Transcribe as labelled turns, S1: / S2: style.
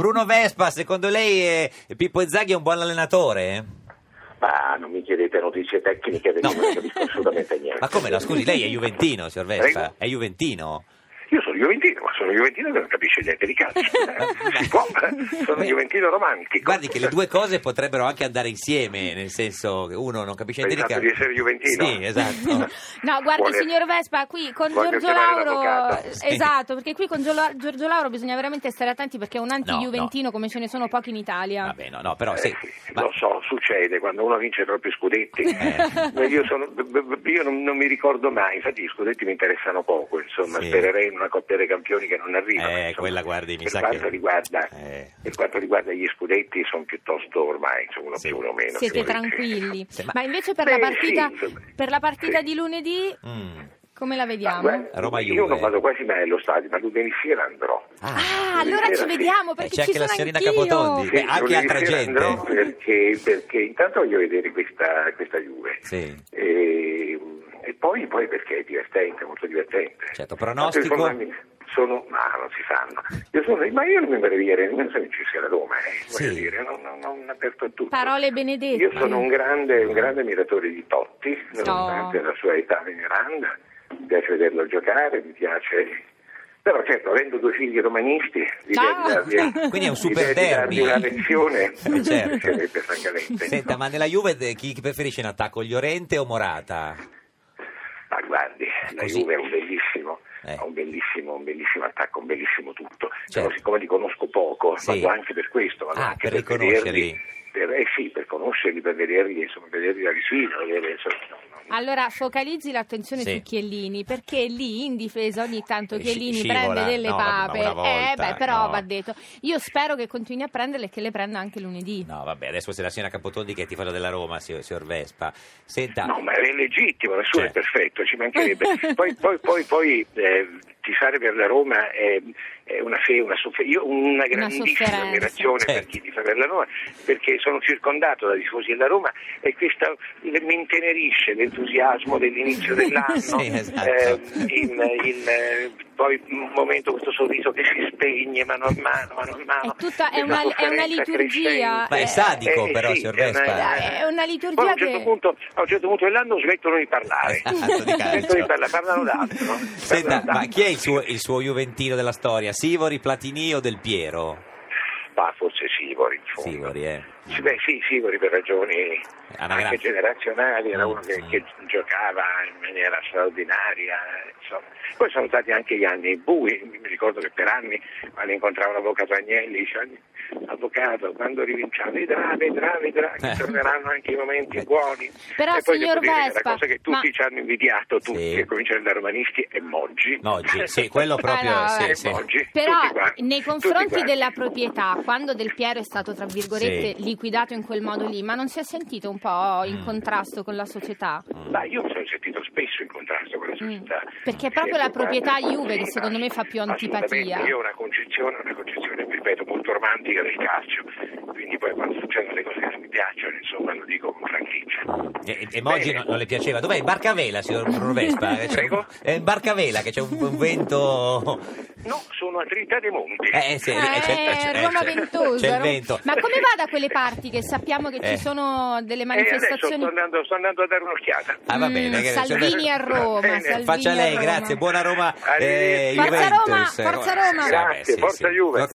S1: Bruno Vespa, secondo lei eh, Pippo Inzaghi è un buon allenatore?
S2: Ma non mi chiedete notizie tecniche perché non capisco assolutamente niente.
S1: Ma come no? Scusi, lei è Juventino, signor Vespa? È Juventino?
S2: Io sono Juventino, ma sono Juventino che non capisce niente di calcio. Eh, si può? sono
S1: Beh,
S2: Juventino romantico.
S1: Guardi che le due cose potrebbero anche andare insieme, nel senso che uno non capisce
S2: Per il
S1: niente
S2: fatto di essere juventino?
S1: Sì, esatto.
S3: No, guardi
S2: Vuole-
S3: signor Vespa, qui con
S2: Voglio
S3: Giorgio
S2: chiamare
S3: Lauro,
S2: l'avvocato.
S1: Sì.
S3: esatto, perché qui con Giolo- Giorgio Lauro bisogna veramente stare attenti perché è un
S1: No,
S3: anti-juventino come ce ne sono pochi in Italia.
S1: Vabbè, no, no, però
S2: Eh
S1: sì.
S2: sì,
S1: ma-
S2: Lo so, succede quando uno vince i propri scudetti.
S1: Eh.
S2: Ma Io, sono- b- b- io non, non mi ricordo mai, infatti gli scudetti mi interessano poco, insomma,
S1: Sì.
S2: spererei in una coppia dei campioni che non arriva. ma
S1: Eh,
S2: insomma,
S1: quella, guardi, mi
S2: per
S1: sa
S2: quanto
S1: che-
S2: Riguarda,
S1: Eh.
S2: Per quanto riguarda gli scudetti sono piuttosto ormai, insomma, uno
S1: Sì.
S2: più uno meno.
S3: Siete
S2: devo dire.
S3: tranquilli.
S1: Sì, ma-
S3: Ma invece per
S2: Beh,
S3: la partita,
S2: Eh, sì, insomma.
S3: per la partita
S2: Sì.
S3: di lunedì
S1: Mm.
S3: come la
S2: Ma
S3: vediamo?
S2: guarda,
S1: Roma
S2: Ah, io
S1: Juve.
S2: non vado quasi mai allo stadio, ma lunedì sera andrò.
S3: Ah, allora
S2: Sera
S3: ci
S2: sì.
S3: vediamo
S1: Eh,
S3: perché
S1: c'è anche
S3: ci
S1: la
S3: sono
S1: signorina
S3: anch'io.
S1: Capotondi. Beh, anche
S2: lunedì
S1: altra
S2: sera
S1: gente.
S2: andrò Perché, perché intanto voglio vedere questa, questa Juve.
S1: Sì.
S2: E, e poi, poi perché è divertente, molto divertente.
S1: Certo, pronostico?
S2: Tanto io Sono, sono- ma non si fanno. Io sono- ma io non mi meraviglierei nemmeno se vincesse la Roma, eh, voglio
S1: Sì.
S2: dire, non, non, non aperto a tutto.
S3: Parole benedette.
S2: Io sono un grande, un grande ammiratore di Totti, nonostante
S3: No.
S2: la sua età veneranda, mi piace vederlo giocare, mi piace... Però certo, avendo due figli romanisti,
S3: Ciao.
S2: l'idea di dargli-
S1: Quindi è un
S2: l'idea
S1: super
S2: di dargli
S1: derby.
S2: una lezione
S1: Eh, certo.
S2: mi piacerebbe francamente.
S1: Senta, ma nella Juve eh, chi chi preferisce in attacco, Llorente o Morata?
S2: Ma guardi, la
S1: Così.
S2: Juve è un bellissimo,
S1: Eh.
S2: ha un bellissimo, un bellissimo attacco, un bellissimo tutto.
S1: Certo.
S2: Però siccome li conosco poco,
S1: Sì.
S2: vado anche per questo, vado
S1: Ah,
S2: anche
S1: per
S2: per,
S1: riconoscerli.
S2: vederli. Per, eh sì, per conoscerli, per vederli, insomma, vederli da vicino, vedere, insomma, no, no.
S3: Allora, focalizzi l'attenzione
S1: Sì. Eh,
S3: su Chiellini, perché lì in difesa ogni tanto
S1: Sci-
S3: Chiellini
S1: scivola.
S3: prende delle
S1: No, vabbè,
S3: pape.
S1: ma una
S3: eh,
S1: volta,
S3: beh, però
S1: no.
S3: va detto. Io spero che continui a prenderle e che le prenda anche lunedì.
S1: No, vabbè, adesso se la signora Capotondi che è tifosa della Roma, signor, signor Vespa. Senta,
S2: No, ma è legittimo, nessuno
S1: Certo.
S2: è perfetto, ci mancherebbe. poi, poi, poi, poi eh, tifare per la Roma è, è una fe, una, soffer- io ho una grandissima
S3: sofferenza.
S2: ammirazione per
S1: Certo.
S2: chi tifa per la Roma, perché sono circondato da tifosi della Roma e questa le- mi intenerisce l'entusiasmo dell'inizio dell'anno.
S1: Sì, esatto.
S2: eh, il- il, eh, poi un momento questo sorriso che si spegne mano a mano, mano a mano.
S3: È tutta- è
S2: questa
S3: una- è una
S2: sofferenza
S3: liturgia,
S2: crescente.
S1: ma è
S3: eh,
S1: sadico
S2: Eh,
S1: però,
S2: sì,
S1: signor
S2: è una-
S1: Vespa.
S3: Dai, è una liturgia
S2: Poi a un certo
S3: che-
S2: punto, a un certo punto dell'anno smettono di parlare.
S1: Esatto, di calcio.
S2: Smettono di parlare, parlano d'altro.
S1: Senta,
S2: Parlano
S1: ma
S2: d'altro.
S1: chi è il suo, il suo Juventino della storia? Sivori, Platini o Del Piero?
S2: Ma forse Sivori, in fondo.
S1: Sivori, eh.
S2: Sì, beh, sì, Sivori per ragioni
S1: Anagrafiche.
S2: anche generazionali, era uno che,
S1: Mm.
S2: che giocava in maniera straordinaria. insomma. Poi sono stati anche gli anni bui, mi ricordo che per anni quando incontravo l'avvocato Agnelli diceva avvocato quando rivinciamo vedrà, vedrà, vedrà che
S1: Eh.
S2: torneranno anche i momenti buoni
S3: Però,
S2: e poi
S3: signor
S2: devo dire,
S3: Vespa,
S2: la cosa che tutti
S3: ma-
S2: ci hanno invidiato tutti,
S1: Sì.
S2: che cominciano da romanisti è Moggi
S1: Oggi, sì, quello proprio...
S3: Ah, no,
S1: sì,
S3: vabbè.
S1: sì.
S2: Oggi,
S3: Però
S2: tutti quanti,
S3: nei
S2: tutti
S3: confronti
S2: quanti.
S3: della proprietà, quando Del Piero è stato tra virgolette liquidato in quel modo lì, ma non si è sentito un po' in
S1: Mm.
S3: contrasto con la società?
S2: Ma io mi sono sentito spesso in contrasto con la società.
S3: Mm, perché è proprio la proprietà Juve che
S2: Sì,
S3: secondo me fa più
S2: assolutamente.
S3: antipatia.
S2: Io ho una concezione, una concezione, ripeto, molto romantica del calcio, quindi poi quando succedono le cose che non mi piacciono, insomma, lo dico con franchezza.
S1: E, e Moggi
S2: Bene.
S1: non, non le piaceva. Dov'è? In Barcavela, signor Bruno Vespa? C'è un-
S2: Prego?
S1: È in Barcavela che c'è un, un vento...
S2: No, sono a Trinità dei Monti.
S1: Eh, sì, lì-
S3: Eh,
S1: c'è, c'è- eh,
S3: Roma
S1: c'è-
S3: Ventosa,
S1: C'è il
S3: Roma-
S1: vento.
S3: Ma come va da quelle parti che sappiamo che
S1: Eh.
S3: ci sono delle
S2: E adesso
S3: manifestazioni?
S2: sto andando, sto andando a dare un'occhiata.
S1: Ah, va bene.
S3: Mm,
S1: che- Eh,
S3: Salvini a Roma,
S2: Bene.
S3: Salvini
S1: Faccia lei,
S3: a Roma.
S1: grazie. Buona Roma, eh,
S2: Arrivederci.
S3: Forza
S1: Juventus.
S3: Roma, forza
S1: Eh,
S3: Roma.
S1: sì, vabbè,
S2: Grazie,
S1: sì,
S2: forza
S1: sì.
S2: Juve.